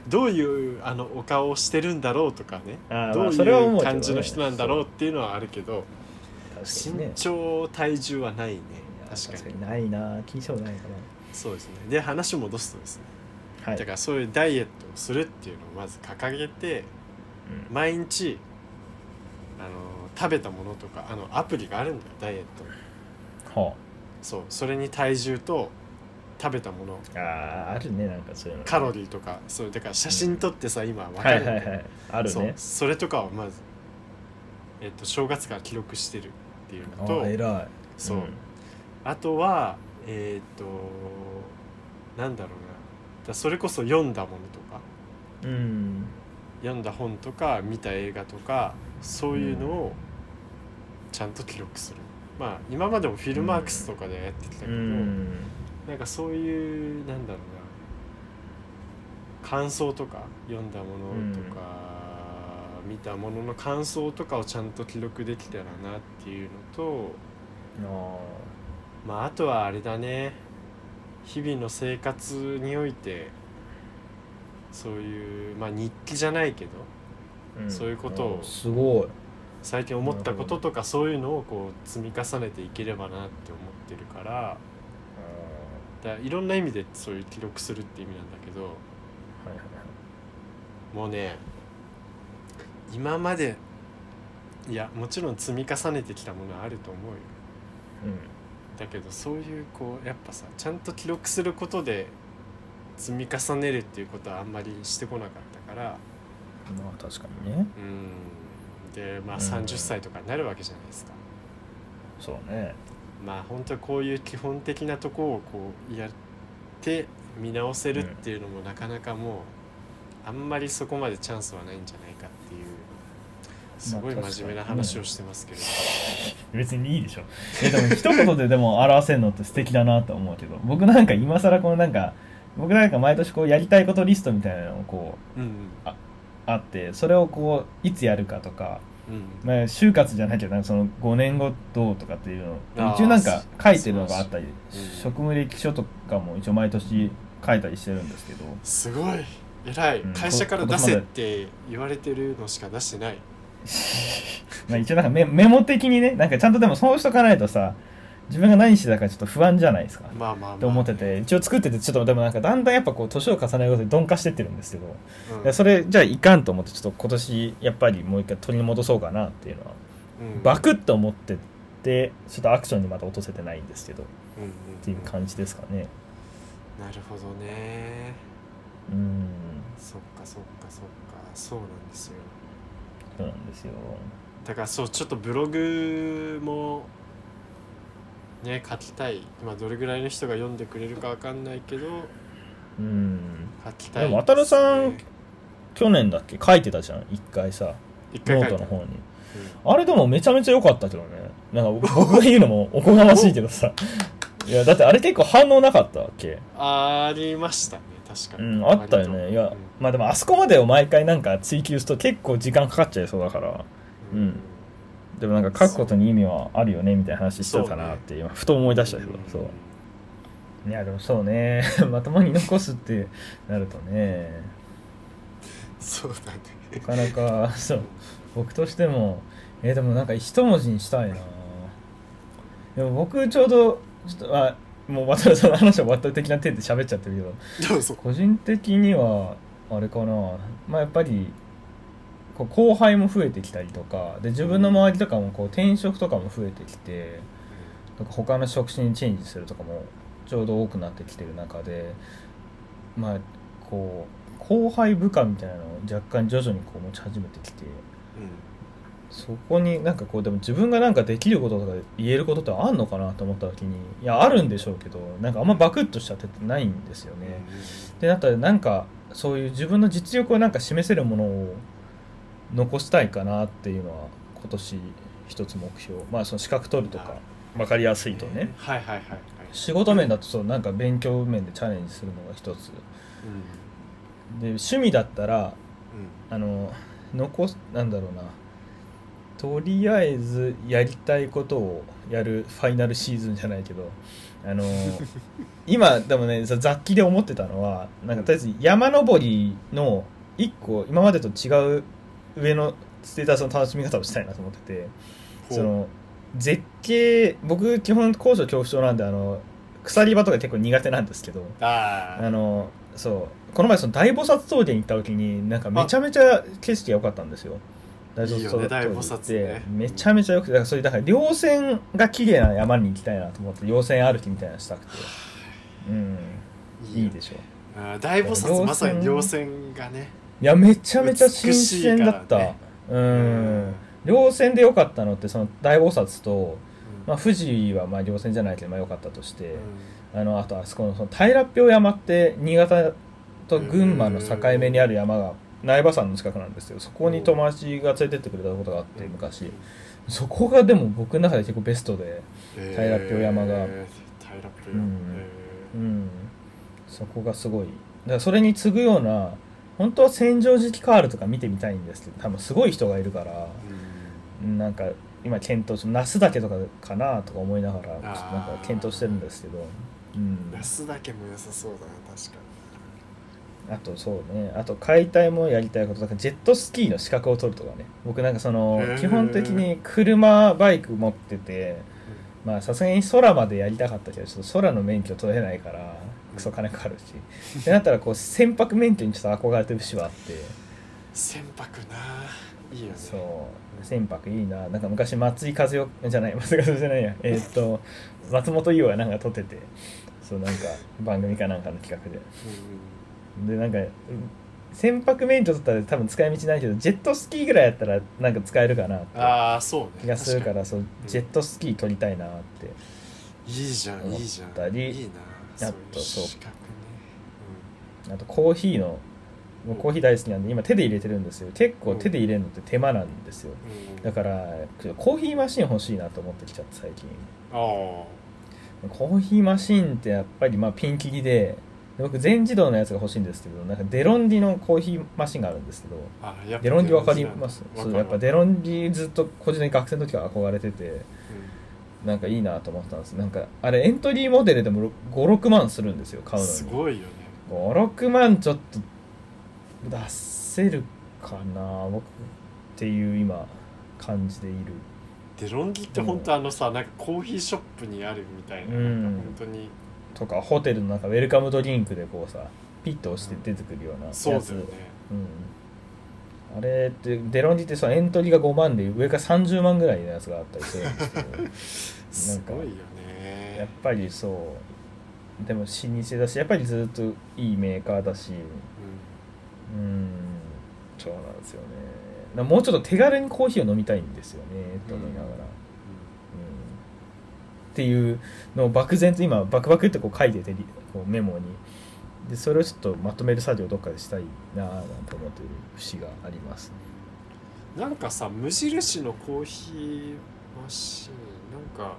Speaker 2: どういうあのお顔をしてるんだろうとかね
Speaker 1: うん、あー
Speaker 2: ど
Speaker 1: まあ
Speaker 2: う
Speaker 1: それは思
Speaker 2: いうう
Speaker 1: けどね
Speaker 2: 感じの人なんだろうっていうのはあるけど、
Speaker 1: 確かにね
Speaker 2: 身。長体重はないね確かに
Speaker 1: にないな聞いたことないか
Speaker 2: そうですねで話戻すとですね、
Speaker 1: なはい
Speaker 2: だからそういうダイエットをするっていうのをまず掲げて
Speaker 1: うん
Speaker 2: 毎日あの食べたものとかあのアプリがあるんだよダイエットの
Speaker 1: は
Speaker 2: そうそれに体重と食べたもの
Speaker 1: ああーあるねなんかそういうの
Speaker 2: カロリーとかそうだから写真撮ってさ、今わか
Speaker 1: は
Speaker 2: る
Speaker 1: い
Speaker 2: んだ
Speaker 1: は
Speaker 2: よ
Speaker 1: いはいある
Speaker 2: そう
Speaker 1: ね
Speaker 2: それとかをまず、えっと正月から記録してるっていう
Speaker 1: あ
Speaker 2: のと
Speaker 1: ー偉い
Speaker 2: そう、
Speaker 1: ん
Speaker 2: あとはえっとなんだろうなだからそれこそ読んだものとか
Speaker 1: うん
Speaker 2: 読んだ本とか見た映画とかそういうのをちゃんと記録する、まあ今までもフィルマークスとかでやってきたけ
Speaker 1: う
Speaker 2: ど、
Speaker 1: ん
Speaker 2: なんかそういうなんだろうな感想とか読んだものとか、見たものの感想とかをちゃんと記録できたらなっていうのと、
Speaker 1: あー
Speaker 2: まあ、あとはあれだね日々の生活においてそういう、まあ、日記じゃないけどそういうことを
Speaker 1: あすごい
Speaker 2: 最近思ったこととかそういうのをこう積み重ねていければなって思ってるからだからいろんな意味でそういう記録するって意味なんだけど。
Speaker 1: はいはいはい
Speaker 2: もうね今までいやもちろん積み重ねてきたものはあると思うよだけどそういうこうやっぱさちゃんと記録することで積み重ねるっていうことはあんまりしてこなかったから
Speaker 1: うんまあ確かにね
Speaker 2: うんでまあ
Speaker 1: うん
Speaker 2: 30歳とかになるわけじゃないですか、
Speaker 1: そうね
Speaker 2: まあ本当こういう基本的なとこをこうやって見直せるっていうのもなかなかもうあんまりそこまでチャンスはないんじゃないかっていうすごい
Speaker 1: まあ確かに
Speaker 2: 真面目な話をしてますけれど、
Speaker 1: 別にいいでしょえでも一言ででも表せるのって素敵だなと思うけど僕なんか今更このなんか僕なんか毎年こうやりたいことリストみたいなのをこう
Speaker 2: うん
Speaker 1: あってそれをこういつやるかとか、
Speaker 2: うんうん
Speaker 1: まあ、就活じゃないけどなんかその5年後どうとかっていうの
Speaker 2: あー
Speaker 1: を一応なんか書いてるのがあったり
Speaker 2: そうそう
Speaker 1: 職務歴書とかも一応毎年書いたりしてるんですけど
Speaker 2: すごい偉い
Speaker 1: うん
Speaker 2: 会社から出せって言われてるのしか出してない、
Speaker 1: まあ一応なんかメメモ的にねなんかちゃんとでもそうしとかないとさ自分が何してたかちょっと不安じゃないですか。
Speaker 2: まあまあまあ
Speaker 1: って思ってて一応作っててちょっとでもなんかだんだんやっぱこう年を重ねることに鈍化してってるんですけど、
Speaker 2: うん
Speaker 1: いやそれじゃあいかんと思ってちょっと今年やっぱりもう一回取り戻そうかなっていうのは
Speaker 2: うん
Speaker 1: バクッと思っててちょっとアクションにまだ落とせてないんですけどっ
Speaker 2: うんうんうん
Speaker 1: ていう感じですかね
Speaker 2: なるほどね
Speaker 1: うん
Speaker 2: そっかそっかそっかそうなんですよ
Speaker 1: そうなんですよ
Speaker 2: だからそうちょっとブログもね書きたいまあどれぐらいの人が読んでくれるかわかんないけど
Speaker 1: うん
Speaker 2: 書きたい
Speaker 1: でも渡るさん
Speaker 2: ですね
Speaker 1: 去年だっけ書いてたじゃん一回さ
Speaker 2: 一回
Speaker 1: ノ
Speaker 2: 書
Speaker 1: ー
Speaker 2: い
Speaker 1: ト
Speaker 2: た
Speaker 1: の方に
Speaker 2: うん
Speaker 1: あれでもめちゃめちゃ良かったけどねなんか僕が言うのもおこがましいけどさいやだってあれ結構反応なかったわけ
Speaker 2: ありましたね確か
Speaker 1: う
Speaker 2: に、
Speaker 1: ん、あったよね。いや、まあでもあそこまでを毎回なんか追求すると結構時間かかっちゃいそうだから、
Speaker 2: うん
Speaker 1: うんでもなんか書くことに意味はあるよねみたいな話してたかなって今、ふと思い出したけど、そう。いや、でもそうね、 まともに残すってなるとね、
Speaker 2: そうだね
Speaker 1: なかなか、そう、僕としても、えーでもなんか一文字にしたいなでも僕ちょうど、ちょっと、あ、もう渡辺さんの話は渡る的な手で喋っちゃってるけど、
Speaker 2: でもそう
Speaker 1: 個人的にはあれかなまあやっぱりこう後輩も増えてきたりとかで自分の周りとかもこう転職とかも増えてきてなんか他の職種にチェンジするとかもちょうど多くなってきてる中でまあこう後輩部下みたいなのを若干徐々にこう持ち始めてきて
Speaker 2: う
Speaker 1: そこになんかこうでも自分がなんかできることとか言えることってあんのかなと思った時にいやあるんでしょうけどなんかあんまバクッとしちゃってないんですよ
Speaker 2: ん
Speaker 1: ね。
Speaker 2: うん
Speaker 1: でなったらなんかそういう自分の実力をなんか示せるものを残したいかなっていうのは今年一つ目標まあその資格取るとか分かりやすいとね
Speaker 2: はいはいはいはい
Speaker 1: 仕事面だとそうなんか勉強面でチャレンジするのが一つ
Speaker 2: う
Speaker 1: で趣味だったら
Speaker 2: ん
Speaker 1: あの残すなんだろうなとりあえずやりたいことをやるファイナルシーズンじゃないけどあの今でもねざ雑記で思ってたのはなんかとりあえず山登りの1個今までと違う上のステータスの楽しみ方をしたいなと思ってて
Speaker 2: うん
Speaker 1: その絶景僕基本高所恐怖症なんであの鎖場とか結構苦手なんですけど
Speaker 2: あー
Speaker 1: あのそうこの前その大菩薩峠に行った時になんかめちゃめちゃ景色が良かったんですよ大
Speaker 2: いいよね大菩薩
Speaker 1: って、
Speaker 2: ね
Speaker 1: めちゃめちゃ良くてだからそういうだから稜線が綺麗な山に行きたいなと思って稜線歩きみたいなのしたくてうんいいで
Speaker 2: し
Speaker 1: しょい
Speaker 2: ょ大
Speaker 1: 稜
Speaker 2: 菩薩
Speaker 1: 線
Speaker 2: まさに稜線がね
Speaker 1: やめちゃめちゃ新鮮だった、
Speaker 2: 美しいか
Speaker 1: う
Speaker 2: うん
Speaker 1: 稜線で良かったのってその大菩薩と、ま
Speaker 2: ま
Speaker 1: あ、富士はまあ稜線じゃないけどまあ良かったとして、
Speaker 2: う
Speaker 1: あのあとあそこのその平標山って新潟と群馬の境目にある山が苗場山の近くなんですよそこに友達が連れてってくれたことがあって
Speaker 2: ん
Speaker 1: 昔そこがでも僕の中で結構ベストで、
Speaker 2: えー
Speaker 1: 平良山が
Speaker 2: 平良山
Speaker 1: うん
Speaker 2: え
Speaker 1: うん、そこがすごいだからそれに次ぐような本当は千畳敷カールとか見てみたいんですけど多分すごい人がいるから
Speaker 2: ーうん
Speaker 1: なんか今検討中那須岳とかかなとか思いながらちょっとなんか検討してるんですけど、うん
Speaker 2: 那、須岳も良さそうだな確か
Speaker 1: あとそうねあと解体もやりたいことだからジェットスキーの資格を取るとかね僕なんかその
Speaker 2: へー
Speaker 1: 基本的に車バイク持っててまあさすがに空までやりたかったけどちょっと空の免許取れないからクソ金かかるしってなったらこう船舶免許にちょっと憧れてる節はあって
Speaker 2: に船舶ないいよね
Speaker 1: そう船舶いいななんか昔松井和代じゃない松井和代じゃないやえーっと松本伊代がなんか撮っててそうなんか番組かなんかの企画で
Speaker 2: う
Speaker 1: でなんかうん船舶免許取ったら多分使い道ないけどジェットスキーぐらいやったらなんか使えるかなっ
Speaker 2: ん
Speaker 1: て
Speaker 2: ああそうね
Speaker 1: 気がするか
Speaker 2: 確
Speaker 1: らそうジェットスキー取りたいなって
Speaker 2: にいいじゃん
Speaker 1: 思っ
Speaker 2: いいじゃん
Speaker 1: たり
Speaker 2: いいな
Speaker 1: あとそう
Speaker 2: 資格ね
Speaker 1: あとコーヒーのもうコーヒー大好きなんで今手で入れてるんですよ結構手で入れるのって手間なんですよ
Speaker 2: うんうん
Speaker 1: だからコーヒーマシン欲しいなと思ってきちゃって最近
Speaker 2: ああ
Speaker 1: コーヒーマシンってやっぱりまあピンキリでで僕全自動のやつが欲しいんですけどなんかデロンギのコーヒーマシンがあるんですけど
Speaker 2: あやっぱ
Speaker 1: デロンギわかります
Speaker 2: わか
Speaker 1: そ
Speaker 2: る
Speaker 1: うやっぱデロンギずっと個人的に学生の時から憧れててなんかいいなと思ったんですなんかあれエントリーモデルでも56万するんですよ
Speaker 2: う
Speaker 1: 買
Speaker 2: ん
Speaker 1: う
Speaker 2: す
Speaker 1: のに
Speaker 2: ごいよね
Speaker 1: 56万ちょっと出せるかな僕っていう今感じでいる
Speaker 2: デロンギって本当あのさ、なんかコーヒーショップにあるみたいな,、
Speaker 1: うん
Speaker 2: なんか本当に
Speaker 1: とかホテルのなんかウェルカムドリンクでこうさピッと押して出てくるようなやつ、
Speaker 2: そうだよね
Speaker 1: うん、あれってデロンジってそのエントリーが5万で上が30万ぐらいのやつがあったりするんですけ ど
Speaker 2: すごいよ
Speaker 1: やっ
Speaker 2: ね
Speaker 1: ぱりそうでも老舗だしやっぱりずっといいメーカーだしうんそうなんですよねなもうちょっと手軽にコーヒーを飲みたいんですよねと思いながら、うんっていうのを漠然と今バクバクってこう書いててりこうメモにでそれをちょっとまとめる作業をどっかでしたいなぁなんて思っている節があります
Speaker 2: うんなんかさ無印のコーヒーマシーンなんか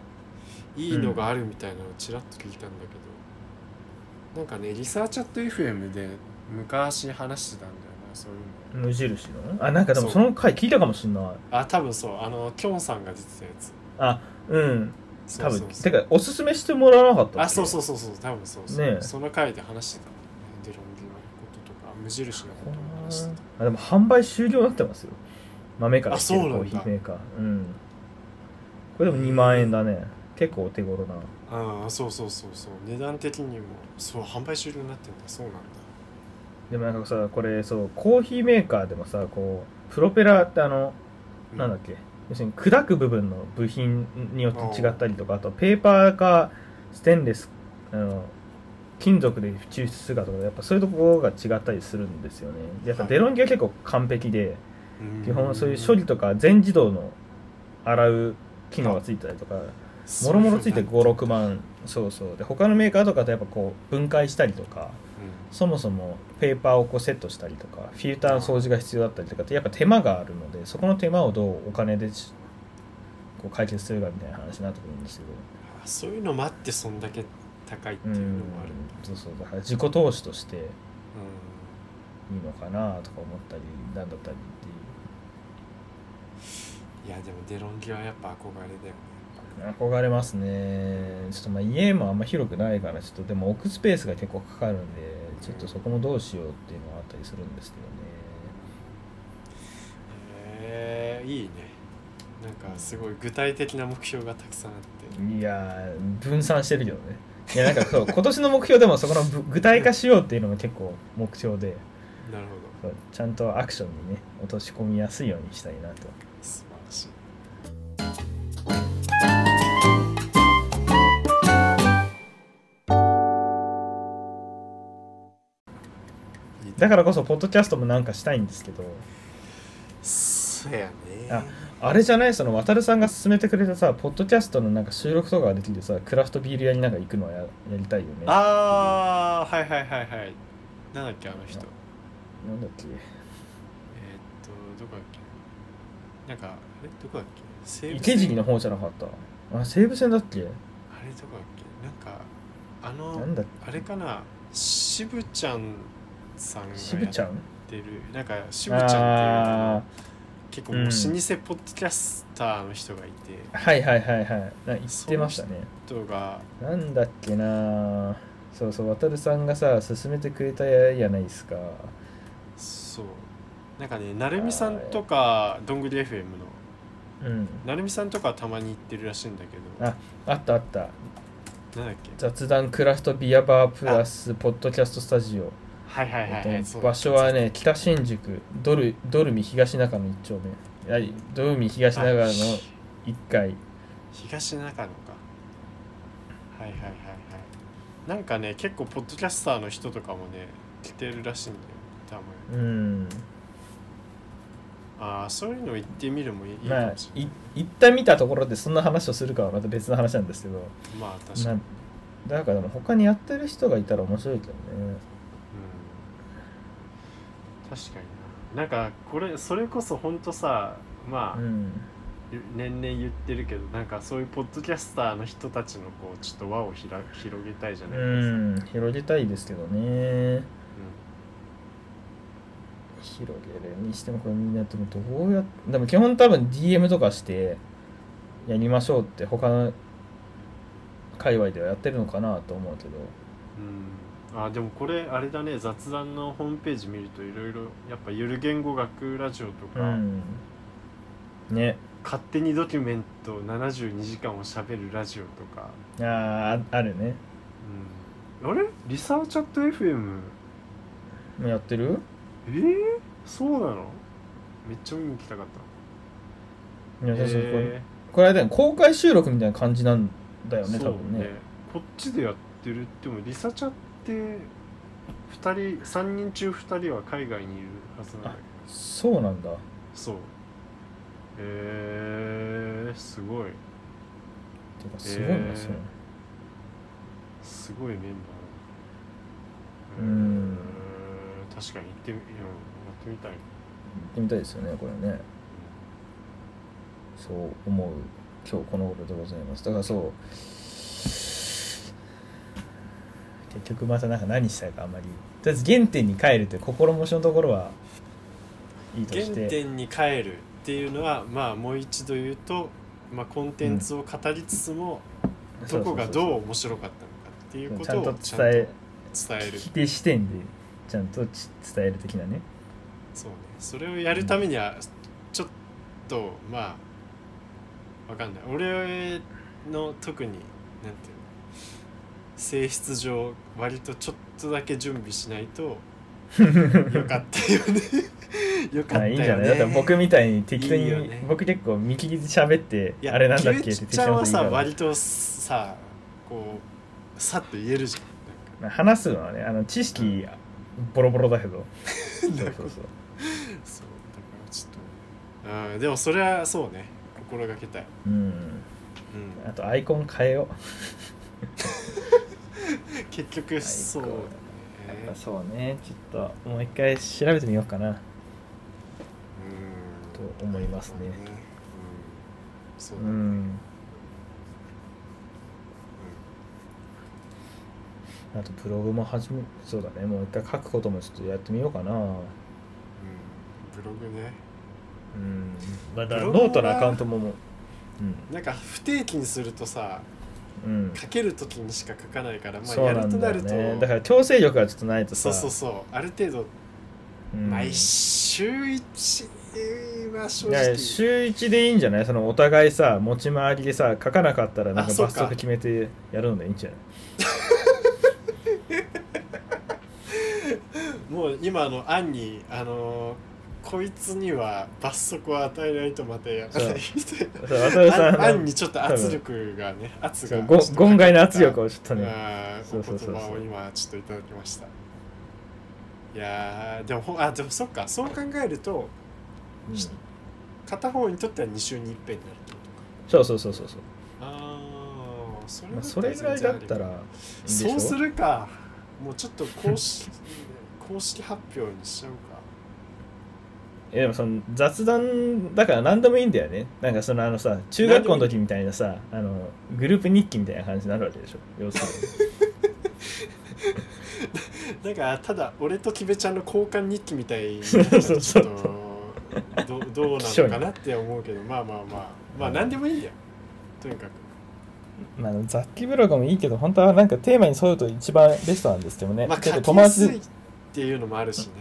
Speaker 2: いいのがあるみたいなのをちらっと聞いたんだけど、なんかねリサーチャット FM で昔話してたんだよなそういうの
Speaker 1: 無印のあなんかでも
Speaker 2: そう
Speaker 1: その回聞いたかもしんない
Speaker 2: あ多分そうあのきょんさんが出てたやつ
Speaker 1: あうん
Speaker 2: そ
Speaker 1: 多
Speaker 2: うそう
Speaker 1: 分
Speaker 2: そ
Speaker 1: て
Speaker 2: う
Speaker 1: かおすすめしてもらわなかったっけ
Speaker 2: あそうそうそうそう多分そうそう、
Speaker 1: ねえ
Speaker 2: その回で話してたんだよねデロンギのこととか無印のことも話してた
Speaker 1: あでも販売終了になってますよ豆から
Speaker 2: あそうなんだ
Speaker 1: コーヒーメーカーうんこれでも2万円だね結構お手頃な
Speaker 2: ああそうそうそうそう値段的にもそう販売終了になってんだそうなんだ
Speaker 1: でもなんかさこれそうコーヒーメーカーでもさこうプロペラってあの、
Speaker 2: う
Speaker 1: なんだっけ要するに砕く部分の部品によって違ったりとかあとペーパーかステンレスあの金属で抽出するかとかやっぱそういうところが違ったりするんですよねでやっぱデロンギは結構完璧で、
Speaker 2: うん
Speaker 1: 基本そういう処理とか全自動の洗う機能がついたりとかもろもろついて
Speaker 2: そうなんだ
Speaker 1: 56万そうそうで他のメーカーとかとやっぱこう分解したりとかそもそもペーパーをこうセットしたりとかフィルターの掃除が必要だったりとかってやっぱ手間があるのでそこの手間をどうお金でしこう解決するかみたいな話になってくるんですけ
Speaker 2: う
Speaker 1: ど、
Speaker 2: んあそういうの待ってそんだけ高いっていうのもあるんだ
Speaker 1: そうそうだから自己投資としていい
Speaker 2: うん
Speaker 1: のかなとか思ったりなんだったりっていう。
Speaker 2: いやでもデロンギはやっぱ憧れだよね
Speaker 1: 憧れますねちょっとまあ家もあんま広くないからちょっとでも置くスペースが結構かかるんでちょっとそこもどうしようっていうのはあったりするんですけどね
Speaker 2: へえいいねなんかすごい具体的な目標がたくさんあって
Speaker 1: いやー分散してるけどねいやなんかそう 今年の目標でもそこのぶ具体化しようっていうのも結構目標で
Speaker 2: なる
Speaker 1: そ
Speaker 2: ほど
Speaker 1: うちゃんとアクションにね落とし込みやすいようにしたいなと
Speaker 2: 素晴らしい
Speaker 1: だからこそポッドキャストもなんかしたいんですけど
Speaker 2: そうやね
Speaker 1: ああれじゃないその渡るさんが勧めてくれたさポッドキャストのなんか収録とかができるさクラフトビール屋になんか行くのはややりたいよね
Speaker 2: あーはいはいはいはいなんだっけあの人えーっ
Speaker 1: なんだっけ
Speaker 2: とどこだっけなんかえどこだっけ西武
Speaker 1: 池尻の方じゃなかったあ西武線だっけ
Speaker 2: あれどこだっけなんか
Speaker 1: な
Speaker 2: あの
Speaker 1: んだっ
Speaker 2: あれかなしぶちゃんさん
Speaker 1: け
Speaker 2: が
Speaker 1: 渋
Speaker 2: や
Speaker 1: ちゃ
Speaker 2: っ
Speaker 1: ん
Speaker 2: てるなんかしぶちゃんっていうか
Speaker 1: あ
Speaker 2: 結構もう老舗ポッドキャスターの人がいて、
Speaker 1: あーはいはいはいはいな言ってましたね
Speaker 2: 人が
Speaker 1: なんだっけなそうそう渡るさんがさ勧めてくれたやないですか
Speaker 2: そうなんかねなるみさんとかどんぐり FM の
Speaker 1: うん
Speaker 2: なるみさんとかはたまに行ってるらしいんだけど
Speaker 1: ああったあった
Speaker 2: なんだっけ
Speaker 1: 雑談クラフトビアバープラスポッドキャストスタジオ、
Speaker 2: はいはいはい、
Speaker 1: え
Speaker 2: は
Speaker 1: っ
Speaker 2: い、
Speaker 1: と
Speaker 2: そう
Speaker 1: 場所はね北新宿ドルドルミ東中野一丁目はいドルミ東中野の
Speaker 2: あ
Speaker 1: 1階
Speaker 2: 東中野かはいはいはいはいなんかね結構ポッドキャスターの人とかもね来てるらしいんだよたまに
Speaker 1: うん
Speaker 2: ああそういうの行ってみるもいいいいか
Speaker 1: まあ
Speaker 2: もしれない
Speaker 1: い一旦見たところでそんな話をするかはまた別の話なんですけど
Speaker 2: まあ、確か
Speaker 1: な
Speaker 2: に、
Speaker 1: だからでも他にやってる人がいたら面白いけどね
Speaker 2: うん、確かにななんかこれそれこそほんとさまあ、
Speaker 1: うん
Speaker 2: 年々言ってるけどなんかそういうポッドキャスターの人たちのこうちょっと輪をひら広げたいじゃないですか、
Speaker 1: うん広げたいですけどね
Speaker 2: う
Speaker 1: 広げるにしてもこれみんなでもどうやっでも基本多分 DM とかしてやりましょうって他の界隈ではやってるのかなと思うけど
Speaker 2: んうんあでもこれあれだね雑談のホームページ見るといろいろやっぱゆる言語学ラジオとか、
Speaker 1: うんね
Speaker 2: 勝手にドキュメント72時間をしゃべるラジオとか、
Speaker 1: あーああるね
Speaker 2: うん、あれリサーチャット FM
Speaker 1: やってる
Speaker 2: えー、そうなのめっちゃ見に行きたかった
Speaker 1: いやそうそうこれ
Speaker 2: え
Speaker 1: これあれだよね公開収録みたいな感じなんだ
Speaker 2: ー
Speaker 1: よね
Speaker 2: そ
Speaker 1: 多
Speaker 2: う
Speaker 1: 分ね
Speaker 2: こっちでやってるってもリサチャって2人3人中2人は海外にいるはずなんだけど
Speaker 1: そうなんだ
Speaker 2: そうえー、すごい
Speaker 1: てかすごいな、
Speaker 2: えー
Speaker 1: それ
Speaker 2: すごいメンバーだ
Speaker 1: う
Speaker 2: え
Speaker 1: ん
Speaker 2: ー確かに行ってみ、うん、やってみたい
Speaker 1: 行ってみたいですよねこれねそう思う今日この頃でございますだからそう結局またなんか何したいかあんまりとりあえず原点に帰るって心持ちのところはいいとし
Speaker 2: 原
Speaker 1: て
Speaker 2: 点に帰るっていうのはまあもう一度言うと、まあ、コンテンツを語りつつも、
Speaker 1: そ
Speaker 2: ど
Speaker 1: うそ
Speaker 2: こ
Speaker 1: うそ
Speaker 2: が
Speaker 1: う
Speaker 2: どう面白かったのかっていうこ
Speaker 1: ちゃ
Speaker 2: と
Speaker 1: んと
Speaker 2: を
Speaker 1: 伝
Speaker 2: ちゃんと
Speaker 1: え
Speaker 2: 伝える
Speaker 1: 否定視点でちゃんとち伝える的なね
Speaker 2: そうねそれをやるためにはちょっとまあわかんない俺の特になんていうの性質上割とちょっとだけ準備しないとよかったよ ねよかっ
Speaker 1: あ
Speaker 2: たよね
Speaker 1: いいんじゃないだって僕みたいに適当
Speaker 2: い
Speaker 1: に
Speaker 2: いよね
Speaker 1: 僕結構見切りで喋って
Speaker 2: いや
Speaker 1: あれなんだっけって
Speaker 2: キュウ
Speaker 1: 適
Speaker 2: ち
Speaker 1: 当
Speaker 2: ゃ
Speaker 1: なんこと言い
Speaker 2: は
Speaker 1: な
Speaker 2: さ
Speaker 1: がら
Speaker 2: 割とさこうさっと言えるじゃ
Speaker 1: まあ話すのはねあの知識ボロボロだけどそうんそ
Speaker 2: なん
Speaker 1: うそ
Speaker 2: かそう
Speaker 1: う
Speaker 2: だからちょっとうんでもそれはそうね心がけたい、
Speaker 1: うん
Speaker 2: うん、
Speaker 1: あとアイコン変えよう
Speaker 2: 結局そうだね
Speaker 1: やっぱそうねちょっともう一回調べてみようかな
Speaker 2: うん
Speaker 1: と思いますね
Speaker 2: うんそう
Speaker 1: う
Speaker 2: だねうん
Speaker 1: んあとブログも始めそうだねもう一回書くこともちょっとやってみようかなう
Speaker 2: ブログね
Speaker 1: んまあだ
Speaker 2: ブ
Speaker 1: から
Speaker 2: ロ
Speaker 1: ノ
Speaker 2: グは
Speaker 1: ートのアカウントももう
Speaker 2: なんか不定期にするとさ
Speaker 1: うんうん
Speaker 2: 書ける時にしか書かないからまあ
Speaker 1: そう
Speaker 2: や
Speaker 1: な
Speaker 2: ると
Speaker 1: んだ
Speaker 2: な
Speaker 1: よ
Speaker 2: ると
Speaker 1: ねだから強制力がちょっとないと
Speaker 2: そ
Speaker 1: さ
Speaker 2: うそうそうある程度
Speaker 1: うん
Speaker 2: 毎週1は正
Speaker 1: いやいや
Speaker 2: 直
Speaker 1: 週一でいいんじゃないそのお互いさ持ち回りでさ書かなかったらなん
Speaker 2: あ
Speaker 1: か
Speaker 2: そう
Speaker 1: 罰
Speaker 2: か
Speaker 1: 則決めてやるのでいいんじゃない
Speaker 2: もう今の案にあのーこいつには罰則を与えないとまたやらないみたいな
Speaker 1: そう渡辺さん
Speaker 2: あ
Speaker 1: あ
Speaker 2: ん
Speaker 1: の
Speaker 2: にちょっと圧力がね圧
Speaker 1: そ
Speaker 2: が
Speaker 1: うご言外の圧力
Speaker 2: を
Speaker 1: をちょっとねそ
Speaker 2: お
Speaker 1: うそう
Speaker 2: 言
Speaker 1: そうそう
Speaker 2: 葉を今ちょっといただきましたいやーでもほあでもそっかそう考えると
Speaker 1: うん
Speaker 2: 片方にとっては2週に一遍になるってことか
Speaker 1: そうそうそうそうそう
Speaker 2: ああそれ,、
Speaker 1: まあ、それぐらいだったらいいでしょ
Speaker 2: そうするかもうちょっと公式公式発表にしちゃうか
Speaker 1: いやでもその雑談だから何でもいいんだよねなんかそのあのさ中学校の時みたいなさあのグループ日記みたいな感じになるわけでしょ要する
Speaker 2: だからただ俺とキベちゃんの交換日記みたいに
Speaker 1: そうそうそう
Speaker 2: ちょっとどどうなのかなって思うけどまあまあまあまあ何でもいいんだよとにかく
Speaker 1: に まあ雑記ブログもいいけど本当はなんかテーマに沿うと一番ベストなんですけどね、
Speaker 2: まあ
Speaker 1: 結
Speaker 2: 書
Speaker 1: 構
Speaker 2: き
Speaker 1: 友
Speaker 2: やすい
Speaker 1: 達
Speaker 2: っていうのもあるしね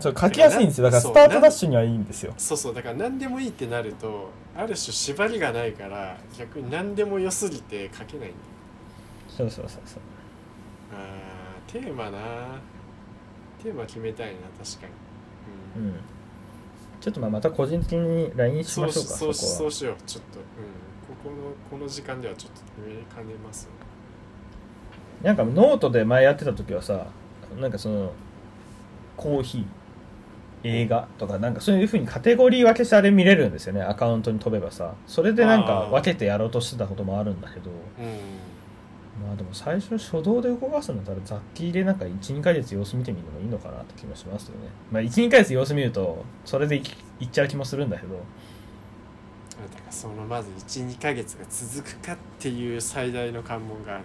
Speaker 1: そう書きやすいんですよだから
Speaker 2: そ
Speaker 1: ス
Speaker 2: う
Speaker 1: タートダッシュにはいいんですよ
Speaker 2: そうそうだから何でもいいってなるとある種縛りがないから逆に何でも良すぎて書けないんだよ
Speaker 1: そうそうそうそう
Speaker 2: あーテーマなテーマ決めたいな確かに、
Speaker 1: う
Speaker 2: うん
Speaker 1: んちょっとまあまた個人的に LINE し
Speaker 2: そ
Speaker 1: ま
Speaker 2: う
Speaker 1: しょ
Speaker 2: し
Speaker 1: うか
Speaker 2: そうし
Speaker 1: そこ
Speaker 2: そ
Speaker 1: は
Speaker 2: うしようちょっと、うん、ここのこの時間ではちょっと決めかねます
Speaker 1: なんかノートで前やってた時はさなんかそのコーヒー映画とかなんかそういうふうにカテゴリー分けしてあれ見れるんですよねアカウントに飛べばさそれでなんか
Speaker 2: あー
Speaker 1: 分けてやろうとしてたこともあるんだけど
Speaker 2: うん
Speaker 1: まあでも最初初動で動かすんだったら雑記でなんか12ヶ月様子見てみるのもいいのかなって気もしますよねまあ12ヶ月様子見るとそれでいきいっちゃう気もするんだけど
Speaker 2: だからそのまず12ヶ月が続くかっていう最大の関門がある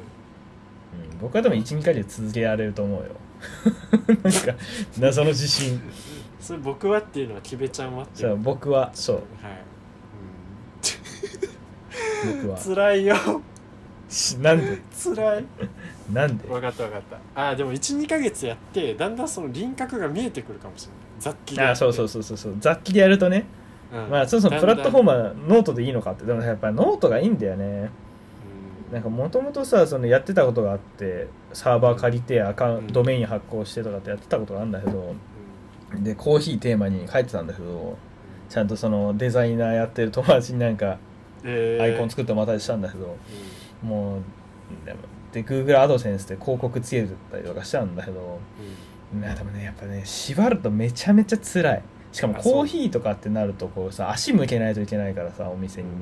Speaker 1: うん、僕はでも12ヶ月続けられると思うよ なんか謎の自信
Speaker 2: それ僕はっていうのはキベちゃんはってい
Speaker 1: そう
Speaker 2: う
Speaker 1: 僕はそう
Speaker 2: はい、
Speaker 1: 僕
Speaker 2: う
Speaker 1: は
Speaker 2: ん、辛いよ
Speaker 1: しなんで
Speaker 2: 辛い
Speaker 1: なんで
Speaker 2: 分かった分かったあーでも12ヶ月やってだんだんその輪郭が見えてくるかもしれない雑記で
Speaker 1: あそうそうそうそうそう雑記でやるとね
Speaker 2: うん
Speaker 1: まあそもそもプラットフォーム
Speaker 2: だんだん
Speaker 1: はノートでいいのかってでもやっぱノートがいいんだよねなんかもともとさそのやってたことがあってサーバー借りてアカウン
Speaker 2: うん
Speaker 1: ドメイン発行してとかってやってたことがあるんだけどでコーヒーテーマに書いてたんだけどちゃんとそのデザイナーやってる友達になんか
Speaker 2: うんえー
Speaker 1: アイコン作ってもらったりしたんだけど、もうで Google アドセンスで広告つけてたりとかしちゃうんだけど
Speaker 2: うんうん
Speaker 1: なでもねやっぱね縛るとめちゃめちゃ辛いしかも
Speaker 2: あそう
Speaker 1: コーヒーとかってなるとこうさ足向けないといけないからさお店にね、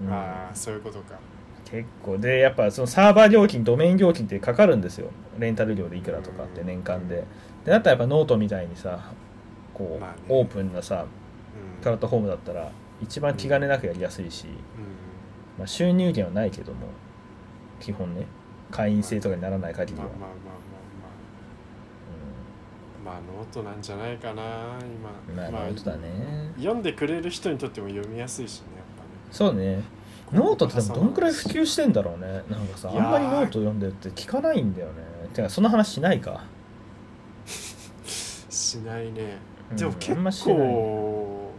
Speaker 1: う
Speaker 2: うんんああそういうことか
Speaker 1: 結構でやっぱそのサーバー料金ドメイン料金ってかかるんですよレンタル料でいくらとかって
Speaker 2: うん
Speaker 1: 年間ででなったらやっぱノートみたいにさこう、
Speaker 2: まあね
Speaker 1: オープンなさ
Speaker 2: うん
Speaker 1: プラットフォームだったら一番気兼ねなくやりやすいし、
Speaker 2: うん
Speaker 1: まあ、収入源はないけども基本ね会員制とかにならない限り
Speaker 2: ま
Speaker 1: は、
Speaker 2: あまあまあまあまあまあノートなんじゃないかな
Speaker 1: うん、
Speaker 2: 今
Speaker 1: まあノートだね
Speaker 2: 読んでくれる人にとっても読みやすいしねやっぱね
Speaker 1: そうねノートってでもどんくらい普及してんだろうねなんかさあ
Speaker 2: いやー
Speaker 1: んまりノート読んでるって聞かないんだよねてかその話しないか、
Speaker 2: しないね
Speaker 1: うん
Speaker 2: でも結
Speaker 1: あんましない
Speaker 2: 構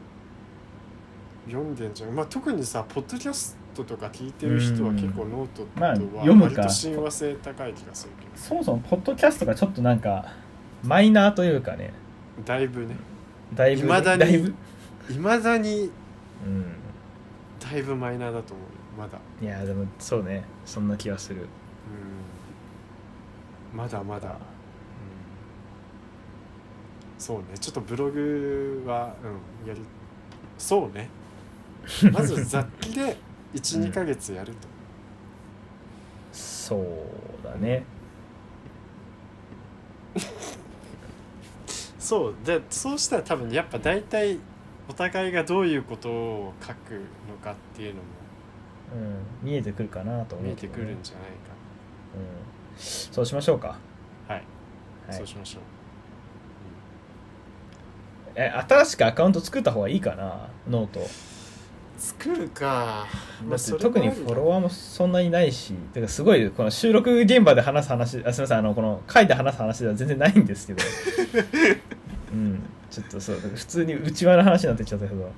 Speaker 2: 読んでんじゃんまあ特にさポッドキャストとか聞いてる人は結構ノートと
Speaker 1: まあ
Speaker 2: は
Speaker 1: 読む
Speaker 2: 割
Speaker 1: か
Speaker 2: と親和性高い気がするけど、
Speaker 1: そもそもポッドキャストがちょっとなんかマイナーというかね
Speaker 2: だいぶね
Speaker 1: だいぶ
Speaker 2: 未だに
Speaker 1: いぶ、
Speaker 2: いまだに
Speaker 1: うん、
Speaker 2: だいぶマイナーだと思うよまだ
Speaker 1: いやでもそうねそんな気がする
Speaker 2: うんまだまだ、うんそうねちょっとブログは、うん、やりそう ねまず雑記で
Speaker 1: うん
Speaker 2: 12 2ヶ月やると、
Speaker 1: そうだね
Speaker 2: そうでそうしたら多分やっぱ大体お互いがどういうことを書くのかっていうのも
Speaker 1: うん見えてくるかなと思う、
Speaker 2: 見えてくるんじゃないか
Speaker 1: うんそうしましょうか、
Speaker 2: な、はい、
Speaker 1: はい
Speaker 2: そうしましょう
Speaker 1: え新しくアカウント作った方がいいかなノート
Speaker 2: 作るか、
Speaker 1: だって特にフォロ
Speaker 2: ワ
Speaker 1: ワーもそんなにないしてかすごいこの収録現場で話す話あすみませんあのこの書いて話す話では全然ないんです けどうんちょっとそう普通に内輪の話になってきちゃったけど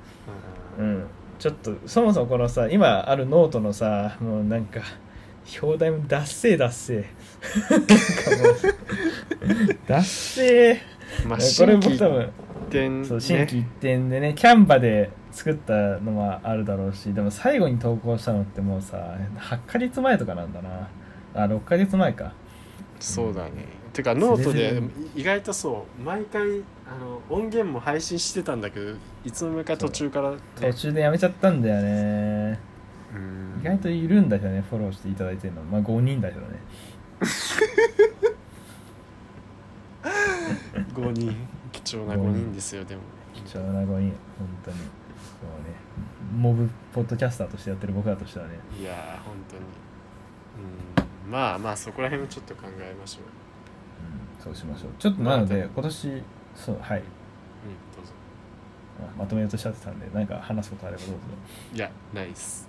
Speaker 2: ー
Speaker 1: うんちょっとそもそもこのさ今あるノートのさもうなんか表題もダッセーダッ セーなんかもうダッセー
Speaker 2: まあ、
Speaker 1: これも多分
Speaker 2: 分
Speaker 1: そう新規一点でねキャンバで作ったのはあるだろうしでも最後に投稿したのってもうさ8ヶ月前とかなんだなあ6ヶ月前か
Speaker 2: そうだね。てかノート
Speaker 1: 全
Speaker 2: で
Speaker 1: 然
Speaker 2: い意外とそう毎回あの音源も配信してたんだけどいつの間にか途中から、ね、
Speaker 1: 途中でやめちゃったんだよね
Speaker 2: うん
Speaker 1: 意外といるんだけどねフォローしていただいてるのまあ5人だけどね
Speaker 2: 5人貴重な5人ですよでも
Speaker 1: 貴重な5人本当にそうねモブポッドキャスターとしてやってる僕らとしてはね
Speaker 2: いやー本当にうんまあまあそこら辺もちょっと考えましょう
Speaker 1: うんそうしましょうちょっとなので今年そうはい
Speaker 2: うんどうぞ
Speaker 1: あまとめようとしちゃってたんでなんか話すことあればどうぞ
Speaker 2: いやないっす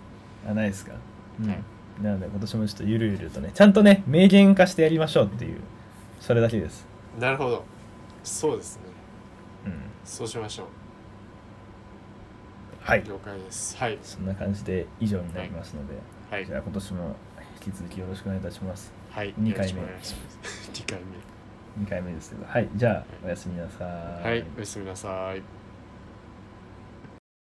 Speaker 1: あないですか、うん
Speaker 2: はい
Speaker 1: なので今年もちょっとゆるゆるとねちゃんとね明言化してやりましょうっていうそれだけです、
Speaker 2: なるほどそうですね
Speaker 1: うん、
Speaker 2: そうしましょう
Speaker 1: はい
Speaker 2: 了解ですはい
Speaker 1: そんな感じで以上になりますので、
Speaker 2: はい
Speaker 1: じゃあ今年も引き続きよろしくお願いいたします
Speaker 2: はい
Speaker 1: 二回目
Speaker 2: よろしくお願いします 二回目
Speaker 1: 2回目ですけどはいじゃあおやすみなさー
Speaker 2: はいおやすみなさい